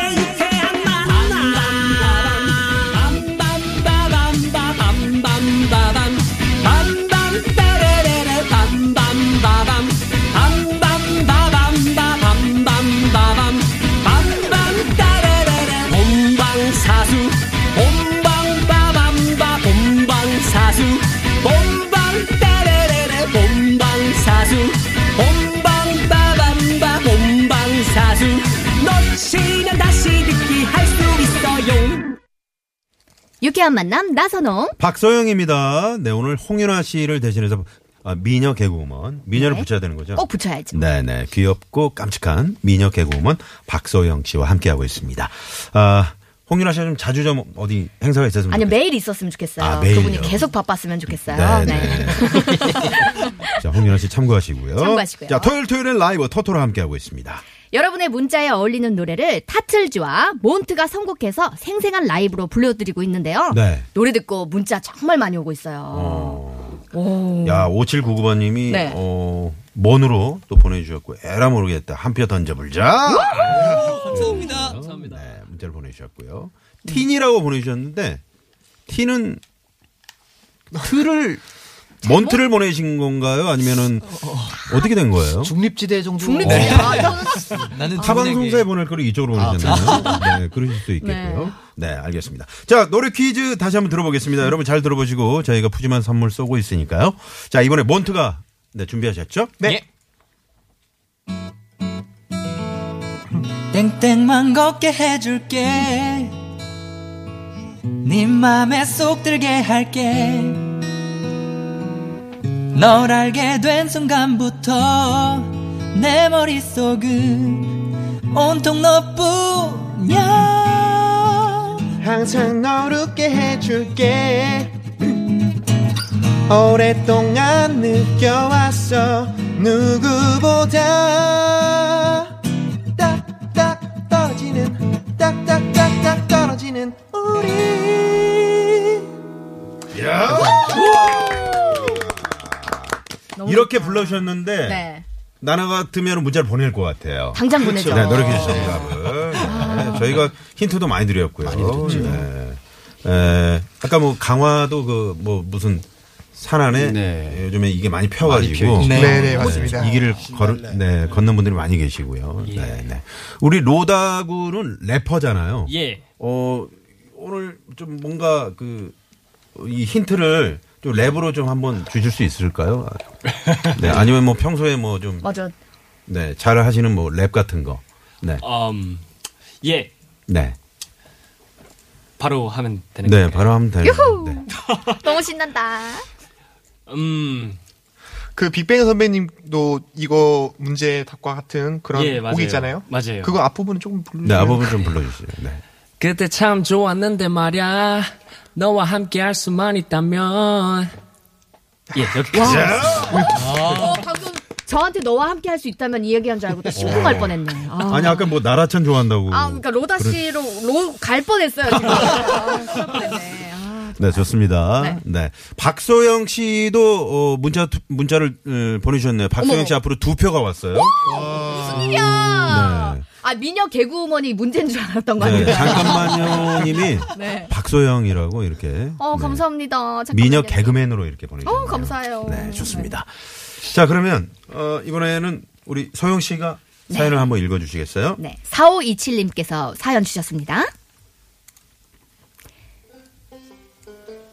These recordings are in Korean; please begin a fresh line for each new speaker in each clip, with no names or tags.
유쾌한 만남 빰빰빠밤빠밤빰빰빠밤 빰빰빠레레레 빰빰빠밤 빰빰빠밤빠밤빰빰빠밤 빰빰따레레레 본방사수 본방빠밤빠 본방사수 본방따레레레 본방사수 본방빠밤빠 본방사수 놓치면 다시 듣기 할 수 있어요
유쾌한 만남 나선홍.
박소영입니다. 네, 오늘 홍윤아 씨를 대신해서 아, 미녀 개그우먼 미녀를
네.
어, 붙여야 되는 거죠?
꼭 붙여야죠.
네네 귀엽고 깜찍한 미녀 개그우먼 박소영 씨와 함께하고 있습니다. 아, 홍윤아 씨가 좀 자주 좀 어디 행사가 있었으면
아니 요
좋겠어요.
매일 있었으면 좋겠어요.
아, 매일요?
그분이 계속 바빴으면 좋겠어요.
네네. 자 홍윤아 씨 참고하시고요.
참고하시고요.
자 토요일 토요일엔 라이브 터토로 함께하고 있습니다.
여러분의 문자에 어울리는 노래를 타틀즈와 몬트가 선곡해서 생생한 라이브로 불러드리고 있는데요.
네.
노래 듣고 문자 정말 많이 오고 있어요. 오.
야 5799번님이
네.
어 먼으로 또 보내주셨고 에라 모르겠다 한 표 던져불자.
감사합니다 감사합니다
네, 문자를 보내주셨고요. 틴이라고 보내주셨는데 틴은 틀을 먼트를 보내신 건가요? 아니면은 어떻게 된 거예요?
중립지대 정도.
네.
중립지대.
어.
아, 저는 아,
나는
네,
타방송사에 보낼 거를 이쪽으로 보내셨나요? 네, 그러실 수도 있겠고요. 네. 알겠습니다. 자, 노래 퀴즈 다시 한번 들어보겠습니다. 여러분 잘 들어보시고 저희가 푸짐한 선물 쏘고 있으니까요. 자, 이번에 몬트가 네, 준비하셨죠?
네.
땡땡만 걷게 해줄게 네 맘에 쏙 들게 할게 널 알게 된 순간부터 내 머릿속은 온통 너뿐이야
항상 널 웃게 해줄게 오랫동안 느껴왔어 누구보다 딱딱 떨어지는 딱딱딱딱 떨어지는 우리
너무
이렇게 불러주셨는데
네.
나나 같으면 문자를 보낼 것 같아요.
당장 보내죠.
네, 노래 퀴즈 정답을. 네, 저희가 힌트도 많이 드렸고요. 네. 에, 아까 뭐 강화도 그 뭐 무슨 산 안에
네.
요즘에 이게 많이 펴가지고
피어있죠.
네.
네네 맞습니다
이 길을 걸, 네, 걷는 분들이 많이 계시고요. 네, 네. 우리 로다구는 래퍼잖아요.
예.
어, 오늘 좀 뭔가 그 이 힌트를 좀 랩으로 좀 한번 주실 수 있을까요? 네, 아니면 뭐 평소에 뭐좀
맞아.
네, 잘 하시는 뭐 랩 같은 거. 네.
음, 예.
네.
바로 하면 되는
네,
거예요.
바로 네. 하면 되는 건데.
너무 신난다.
음.
그 빅뱅 선배님도 이거 문제 답과 같은 그런
예, 맞아요.
곡 있잖아요
맞아요.
그거 앞부분을
네,
조금 불러주세요
앞부분 좀 불러 주세요. 네.
그때 참 좋았는데 말야. 너와 함께 할 수만 있다면. 예, 여기까지.
어, 방금 저한테 너와 함께 할 수 있다면 이야기한 줄 알고 또 심쿵
어.
할 뻔했네. 아.
아니, 아까 뭐 나라찬 좋아한다고.
아, 그러니까 로다 씨로 로 갈 뻔했어요 지금. 아, 큰일 뻔했네. 아,
네, 좋습니다. 네.
네.
박소영 씨도 어, 문자 투- 문자를 어, 보내 주셨네요. 박소영
어머.
씨 앞으로 두 표가 왔어요.
야.
네.
아 미녀 개그우먼이 문제인 줄 알았던 거 아니에요?
네, 잠깐만요 님이
네.
박소영이라고 이렇게
어
네,
감사합니다. 잠깐만요.
미녀 개그맨으로 이렇게 보내주셨네요.
어, 감사해요.
네, 좋습니다. 자, 그러면 어, 이번에는 우리 소영 씨가 사연을 한번 읽어 주시겠어요?
네, 4527님께서 사연 주셨습니다.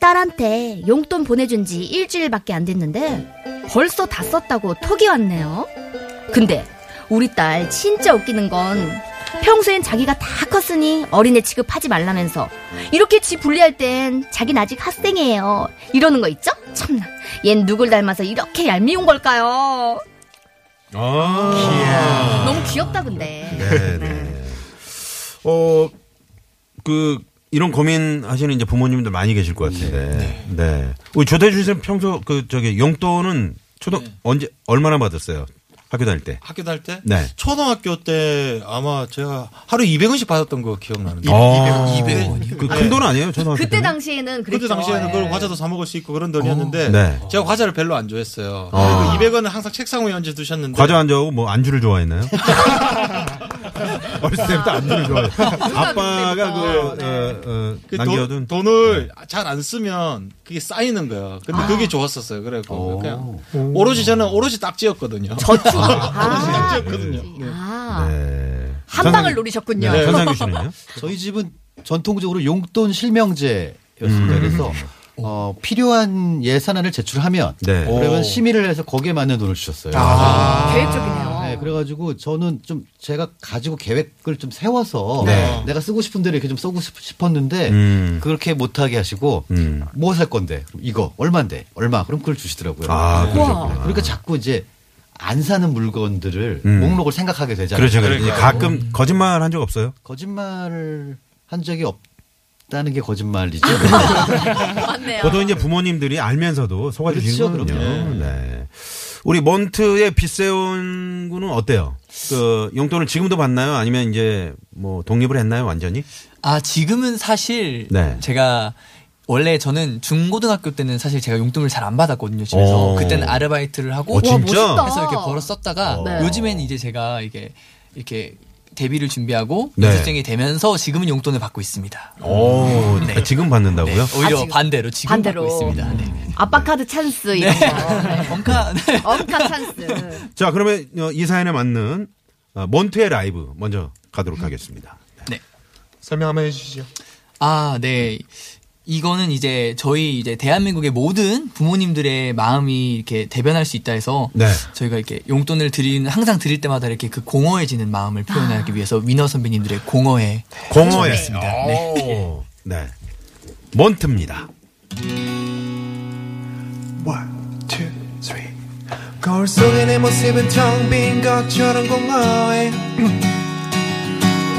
딸한테 용돈 보내준 지 일주일밖에 안 됐는데 벌써 다 썼다고 톡이 왔네요. 근데 우리 딸 진짜 웃기는 건 평소엔 자기가 다 컸으니 어린애 취급하지 말라면서 이렇게 지 분리할 땐 자긴 아직 학생이에요. 이러는 거 있죠? 참나. 얜 누굴 닮아서 이렇게 얄미운 걸까요?
아,
너무 귀엽다 근데.
네, 네. 어, 그, 이런 고민하시는 이제 부모님들 많이 계실 것 같은데. 네.
네.
우리 조대주 씨는 평소 그, 저기, 용돈은 초등, 언제, 얼마나 받았어요? 학교 다닐 때.
학교 다닐 때?
네.
초등학교 때 아마 제가 하루 200원씩 받았던 거 기억나는데.
아,
200.
그 큰 돈 아니에요? 초등학교
네. 그때
때는?
당시에는 그랬죠.
그때 당시에는
예.
그걸 과자도 사 먹을 수 있고 그런 돈이었는데
네.
제가 과자를 별로 안 좋아했어요.
아.
그 200원은 항상 책상 위에 얹어 두셨는데
과자 안 좋아하고 뭐 안주를 좋아했나요? 어렸을 때부터 안주를 좋아해. 아빠가
네.
그 어, 어,
그
남겨둔 네.
돈, 을 잘 안 쓰면 그게 쌓이는 거예요. 근데
아.
그게 좋았었어요. 그래갖고 그냥 오로지 저는 오로지 딱지였거든요.
저축.
오로지
아,
딱지였거든요.
아.
네.
한 방을
선생님-
노리셨군요.
네, 선상규 씨는요?
저희 집은 전통적으로 용돈 실명제였습니다.
음.
그래서 어, 필요한 예산안을 제출하면
네. 아.
그러면 심의를 해서 거기에 맞는 돈을 주셨어요.
계획적이네요.
네, 그래가지고 저는 좀 제가 가지고 계획을 좀 세워서
네.
내가 쓰고 싶은 대로 이렇게 좀 쓰고 싶- 싶었는데
음.
그렇게 못하게 하시고
음.
뭐 살 건데 이거 얼마인데 얼마 그럼 그걸 주시더라고요.
아, 그러셨구나.
네, 그러니까 자꾸 이제 안 사는 물건들을
음.
목록을 생각하게 되잖아요.
그렇죠. 그렇죠. 가끔 거짓말 한 적 없어요?
거짓말을 한 적이 없다는 게 거짓말이죠.
맞네요.
보통 이제 부모님들이 알면서도 속아주시는
그렇죠,
거군요. 네. 우리 몬트의 빚세운 군은 어때요? 그 용돈을 지금도 받나요? 아니면 이제 뭐 독립을 했나요? 완전히?
아 지금은 사실
네.
제가 원래 저는 중고등학교 때는 사실 제가 용돈을 잘 안 받았거든요 집에서
오.
그때는 아르바이트를 하고
어, 진짜?
멋있다.
그래서 이렇게 벌어 썼다가
네.
요즘엔 이제 제가 이게 이렇게 데뷔를 준비하고
네.
연습생이 되면서 지금은 용돈을 받고 있습니다.
오, 아, 지금
네,
받는다고요?
오히려
아, 지금.
반대로 지금
반대로.
받고 있습니다. 네.
아빠 카드 찬스 이런
네.
거.
엄카 네.
엄카 찬스.
자, 그러면 어, 이 사연에 맞는 어, 몬트의 라이브 먼저 가도록 하겠습니다.
설명 한번 해주시죠.
아, 네. 이거는 이제 저희 이제 대한민국의 모든 부모님들의 마음이 이렇게 대변할 수 있다 해서
네.
저희가 이렇게 용돈을 드리는 항상 드릴 때마다 이렇게 그 공허해지는 마음을
아.
표현하기 위해서 위너 선배님들의 공허해
공허했습니다.
네.
네. 네. 몬트입니다.
One, two, three. 거울 속의 내 모습은 텅 빈 것처럼 공허해.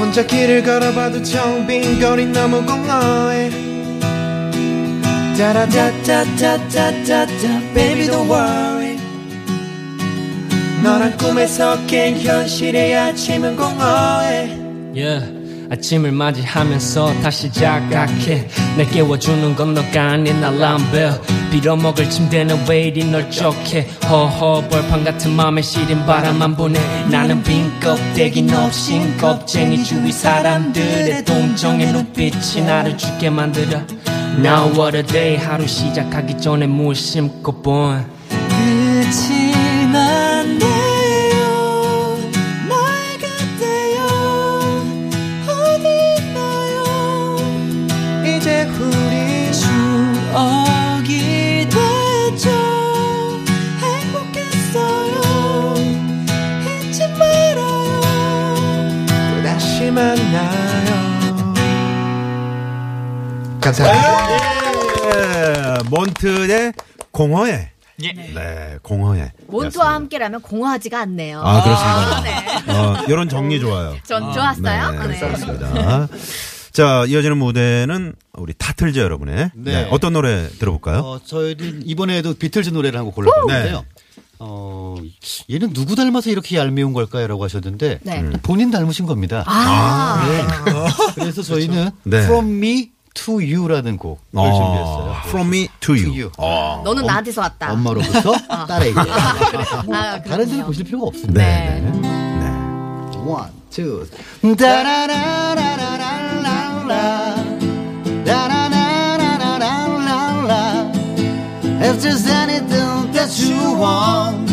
혼자 길을 걸어봐도 텅 빈 거리 너무 공허해. 따라다다다다다다, baby don't worry. 너란 꿈에서 깬 현실의 아침은 공허해.
Yeah. 아침을 맞이하면서 다시 자각해 날 깨워주는 건 너가 아닌 알람벨 빌어먹을 침대는 왜 이리 널 쫓게 허허 벌판 같은 맘에 시린 바람만 보내 나는 빈 껍데기 너신 겁쟁이 주위 사람들의 동정의 눈빛이 나를 죽게 만들어 Now what a day 하루 시작하기 전에 무심코 본
끝이 난대요 날 같대요 어디 있나요 이제 우리 추억이 됐죠 행복했어요 잊지 말아요
또 다시 만나요.
예. 네. 몬트의 공허해.
예.
네, 공허해.
몬트와 함께라면 공허하지가 않네요.
아, 그렇습니다. 어, 이런 정리 좋아요.
전 좋았어요. 아, 네.
그렇습니다. 자, 이어지는 무대는 우리 타틀즈 여러분의
네.
네, 어떤 노래 들어볼까요?
어, 저희는 이번에도 비틀즈 노래를 한 곡 골랐는데요.
네.
어, 얘는 누구 닮아서 이렇게 얄미운 걸까요라고 하셨는데
네.
음.
본인 닮으신 겁니다. 네.
아,
그래서 저희는
네.
From Me to You라는 곡을
어,
준비했어요.
From me to you.
To you.
어.
너는 나한테서 왔다.
엄마로부터 딸에게.
아,
다른
그렇군요.
데는 보실 필요가 없습니다.
네. 네.
네.
네.
One, two. 따라라라라라라. 따라라라라라라. If there's anything that you want,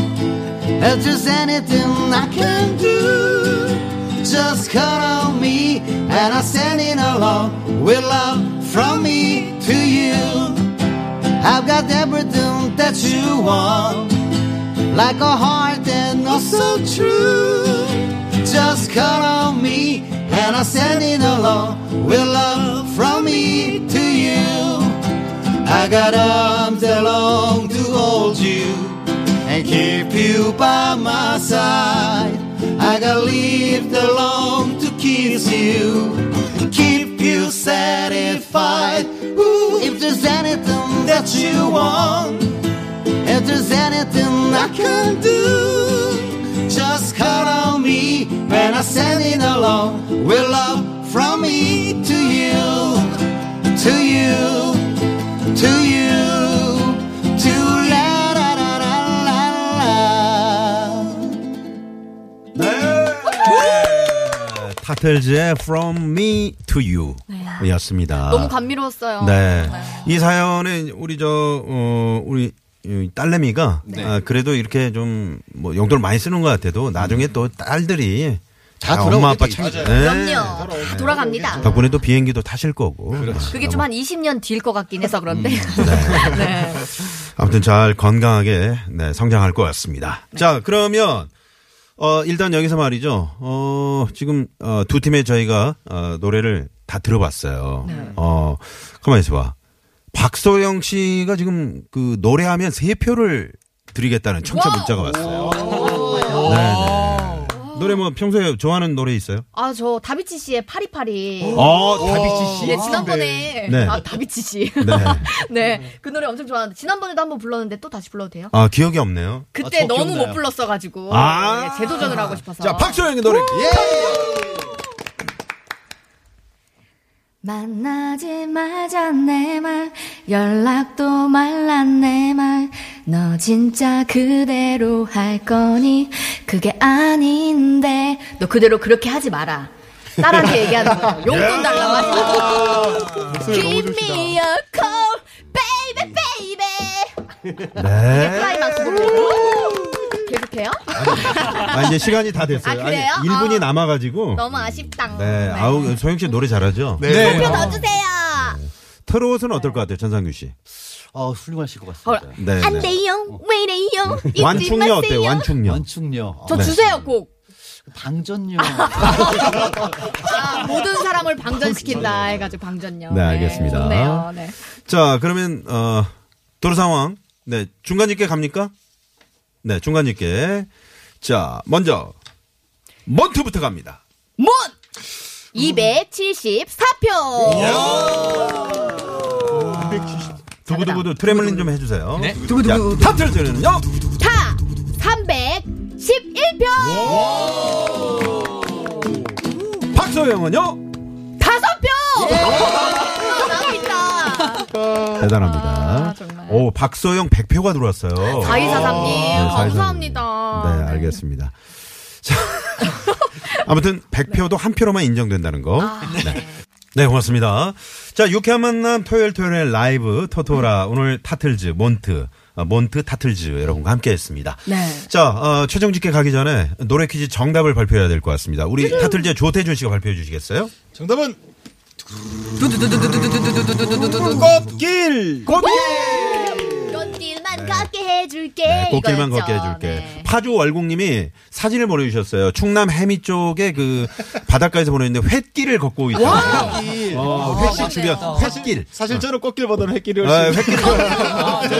if there's anything I can do, just call on me and I'll send it along with love from me to you. I've got everything that you want, like a heart that knows so true. Just call on me and I'll send it along with love from me to you. I got arms that long to hold you and keep you by my side. I got lips that long to kiss you, keep you satisfied. Ooh, if there's anything that you want, if there's anything I can do, just more will love from me to you, to you, to you, to la la la la la la.
타틀즈의 From Me to You 였습니다.
네. 너무 감미로웠어요.
네. 이 사연은 우리 저, 어, 우리 이 딸내미가
네.
아, 그래도 이렇게 좀 뭐 용돈을 많이 쓰는 것 같아도 나중에 또 딸들이
다
아,
돌아오게
엄마 아빠
돼
챙
있어요.
그럼요. 다 돌아갑니다.
네. 덕분에 또 비행기도 타실 거고.
그렇죠.
그게 좀 한 20년 뒤일 것 같긴 해서 그런데.
음.
네.
아무튼 잘 건강하게 네, 성장할 것 같습니다.
네.
자, 그러면 어, 일단 여기서 말이죠. 어, 지금 어, 두 팀의 저희가 어, 노래를 다 들어봤어요.
네.
어, 가만히 있어 봐. 박소영 씨가 지금 그 노래하면 세 표를 드리겠다는 청취 문자가 왔어요. 네, 네. 노래 뭐 평소에 좋아하는 노래 있어요?
아, 저 다비치 씨의 파리파리.
어, 다비치 씨.
네, 지난번에
네.
아, 다비치 씨.
네.
네. 그 노래 엄청 좋아하는데 지난번에도 한번 불렀는데 또 다시 불러도 돼요?
아, 기억이 없네요.
아,
그때
저
너무
기억나요.
못 불렀어 가지고
아.
재도전을 하고 싶어서.
자, 박소영의 노래.
만나지 말자 내 말 연락도 말라 내 말 너 진짜 그대로 할 거니 그게 아닌데 너 그대로 그렇게 하지 마라 딸한테 얘기하는 거야 용돈 달라고 하지 마 Give me a call baby baby
예. 네.
클라이막스 부분. 계속해요?
아, 이제 시간이 다 됐어요.
아, 그래요?
1분이
아.
남아가지고.
너무 아쉽당
네, 아우, 소영 씨 노래 잘하죠?
네.
표 넣어주세요
트롯은 어떨 것 같아요, 전상규 씨?
어, 훌륭하실 것 같습니다.
네.
안
네.
돼요 왜 이래요 잊지
완충녀 네. 어때요,
마세요.
완충녀?
완충요.
저 주세요 곡
방전요.
아, 모든 사람을 방전시킨다 해가지고 방전요.
네, 알겠습니다.
좋네요. 네.
자, 그러면, 어, 도로 상황. 네, 중간집게 갑니까? 네, 중간집게. 자, 먼저, 먼트부터 갑니다.
문 274표.
두구두구두 트레블링 좀 해주세요.
네.
두구두구. 자, 탑틀즈는요?
타 311표.
박소영은요?
다섯
예.
표. 남아있다.
대단합니다. 오, 박소영 100표가 들어왔어요.
4243님
네,
감사합니다.
네, 알겠습니다. 자, 아무튼 100표도 한 표로만 인정된다는 거.
아,
네. 네, 고맙습니다. 자, 유쾌한 만남 토요일 토요일 라이브 토토라 오늘 타틀즈 몬트 아, 몬트 타틀즈 여러분과 함께 했습니다.
네.
자, 어, 최종 집계 가기 전에 노래 퀴즈 정답을 발표해야 될 것 같습니다. 우리 타틀즈의 조태준 씨가 발표해 주시겠어요?
정답은 꽃길.
꽃길만 걷게 해줄게.
네, 꽃길만
이거였죠.
걷게 해줄게.
네.
파주 월국님이 사진을 보내주셨어요. 충남 해미 쪽에 그 바닷가에서 보내는데 횟길을 걷고 있다고. 어, 횟길 준비가 횟길.
사실 저는 꽃길보다는 햇길이 훨씬.
아, 횟길.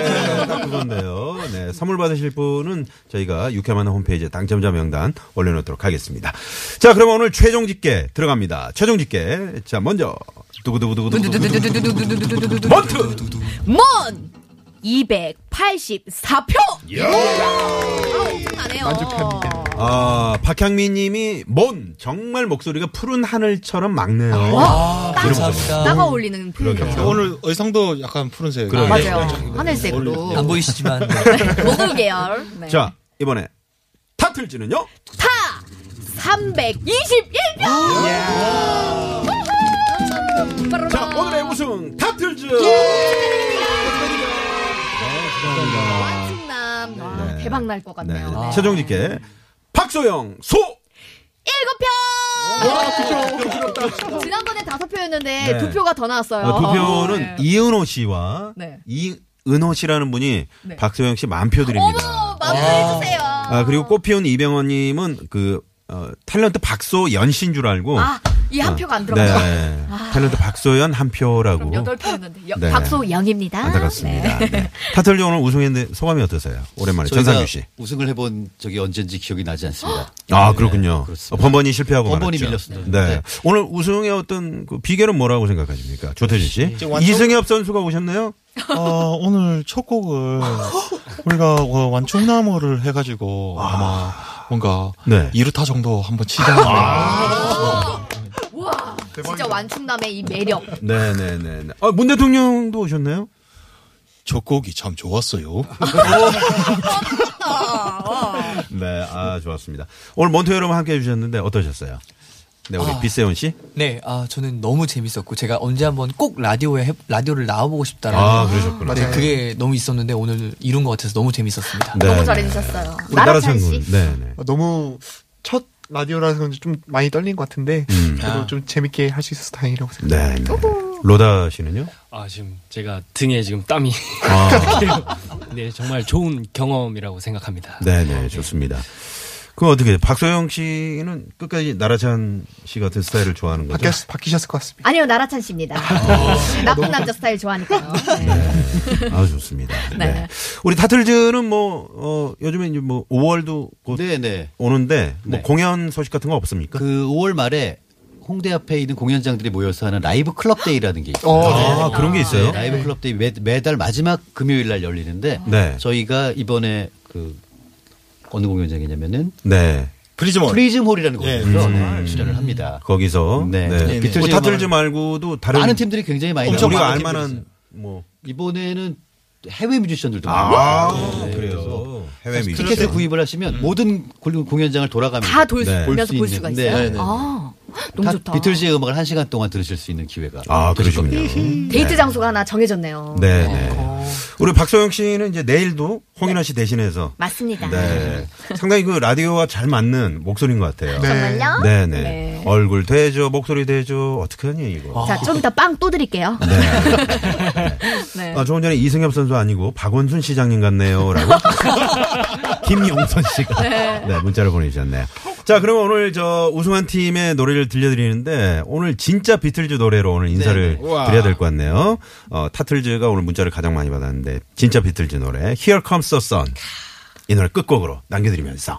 네, 딱 그건데요. 네, 선물 받으실 분은 저희가 유쾌만한 홈페이지에 당첨자 명단 올려놓도록 하겠습니다. 자, 그럼 오늘 최종 집계 들어갑니다. 최종 집계. 자, 먼저 두구두구두구두구 먼트.
문 284표.
예.
엄청나네요.
아, 박향민 님이 뭔 정말 목소리가 푸른 하늘처럼 막네요.
아,
들어보세요.
따가 올리는 표현이에요.
그러게요.
오늘 의상도 약간 푸른색.
그러네.
아,
맞아요. 하늘색으로.
안 보이시지만 네.
모두 계열. 네.
자, 이번에 타틀즈는요?
타 321표.
자,
아.
오늘의 우승 타틀즈.
예!
네,
충남 아, 대박 날 것
네.
같네요.
최종 집계 박소영 소.
일곱 표. 지난번에 다섯 표였는데
네.
두 표가 더 나왔어요.
어, 두 표는
네.
이은호 씨와
네.
이은호 씨라는 분이
네.
박소영 씨 만표 드립니다.
어머 마무리해 주세요.
아, 그리고 꽃피운 이병헌 님은 그 어, 탤런트 박소연 씨인 줄 알고
아이 한 표가 안 들어갔어.
네. 탤런트 박소연 한 표라고.
여덟 표였는데 여-
네.
박소영입니다.
안타깝습니다. 네. 타틀즈 오늘 우승했는데 소감이 어떠세요? 오랜만에
저희가
전상규 씨.
우승을 해본 적이 언젠지 기억이 나지 않습니다.
아 그렇군요.
네, 그렇습니다.
어, 번번이 실패하고
번번이
말았죠.
밀렸습니다.
네.
네.
오늘 우승의 어떤 그 비결은 뭐라고 생각하십니까, 조태진
네.
씨?
지금 완성-
이승엽 선수가 오셨나요?
어, 오늘 첫 곡을 우리가 어, 완충나무를 아. 해가지고 아마 뭔가
네.
아. 이루타 정도 한번 치자.
진짜 완충남의 이 매력.
네네네. 네. 아, 문 대통령도 오셨나요?
첫 곡이 참 좋았어요.
네, 아, 좋았습니다. 오늘 몬토 여러분 함께 해주셨는데 어떠셨어요? 네, 우리
아.
비세훈 씨.
네, 아 저는 너무 재밌었고 제가 언제 한번 꼭 라디오에 해- 라디오를 나와보고 싶다라는
아, 그러셨구나.
네, 그게 너무 있었는데 오늘 이룬 것 같아서 너무 재밌었습니다.
네.
너무 잘해주셨어요.
우리
나라찬
나라찬
씨.
군. 네, 네.
아, 너무 첫 라디오라서 그런지 좀 많이 떨린 것 같은데 그래도 좀 재밌게 할 수 있어서 다행이라고 생각합니다.
네, 네. 로다 씨는요?
아 지금 제가 등에 지금 땀이
아,
네 정말 좋은 경험이라고 생각합니다.
네, 네, 좋습니다. 그럼 어떻게 박소영 씨는 끝까지 나라찬 씨 같은 스타일을 좋아하는 거죠?
바뀌었, 바뀌셨을 것 같습니다.
아니요, 나라찬 씨입니다.
어.
나쁜 남자 스타일 좋아하니까요.
네.
아, 좋습니다. 네. 우리 타틀즈는 뭐 어, 요즘에 이제 뭐 5월도
어?
곧
네네.
오는데 뭐
네.
공연 소식 같은 거 없습니까?
그 5월 말에 홍대 앞에 있는 공연장들이 모여서 하는 라이브 클럽 데이라는 게 있어요. 네.
아, 그런 게 있어요?
라이브
네.
클럽 데이 매, 매달 마지막 금요일 날 열리는데
네.
저희가 이번에 그 어느 공연장이냐면은
네.
프리즘원.
프리즘홀이라는
예,
곳에서
음.
네, 출연을 합니다.
거기서 네.
네. 네, 네.
뭐 타틀즈 말고도 다른 네,
많은 팀들이 굉장히 많이
엄청
나와요.
우리가 알
많은
만한 뭐
이번에는 해외 뮤지션들도 많이
아,
나와요. 네, 그래서
그래서 해외 미디어.
티켓을 구입을 하시면 모든 공- 공연장을 돌아가면서
음. 다 돌,
네.
돌면서
볼수
볼
있는-
수가
네,
있어요.
네, 네.
아, 너무
다
좋다.
비틀즈의 음악을 한 시간 동안 들으실 수 있는 기회가
아,
있을
그러시군요.
겁니다. 네.
데이트 장소가 하나 정해졌네요.
네, 네. 우리 박소영 씨는 이제 내일도 홍인아 씨 대신해서
맞습니다.
네. 상당히 그 라디오와 잘 맞는 목소리인 것 같아요.
정말요?
네, 네. 얼굴 대죠, 목소리 대죠. 어떻게 하니 이거?
자, 좀 이따 빵 또 드릴게요. 네.
아, 조금 전에 이승엽 선수 아니고 박원순 시장님 같네요라고 김용선 씨가 네. 문자를 보내주셨네요. 자, 그러면 오늘 저 우승한 팀의 노래를 들려드리는데 오늘 진짜 비틀즈 노래로 오늘 인사를 드려야 될 것 같네요. 어, 타틀즈가 오늘 문자를 가장 많이 받았는데 진짜 비틀즈 노래 Here Comes the Sun 이 노래 끝곡으로 남겨드리면서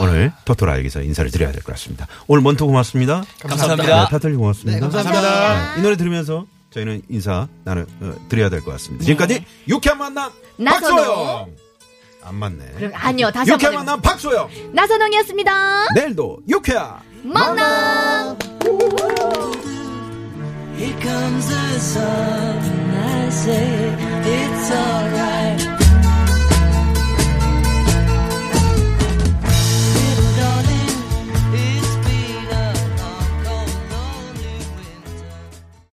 오늘 토토라 여기서 인사를 드려야 될 것 같습니다. 오늘 먼토 고맙습니다.
감사합니다.
네, 타틀즈 고맙습니다. 네,
감사합니다.
이 노래 들으면서 저희는 인사 나는 어, 드려야 될 것 같습니다. 지금까지 유쾌한 만남
나선호.
박소영 안 맞네.
그럼 아니요, 다시
유쾌한
한번
만남 박소영
나선홍이었습니다.
내일도 유쾌한
만나.
Here comes the sun. I say it's alright.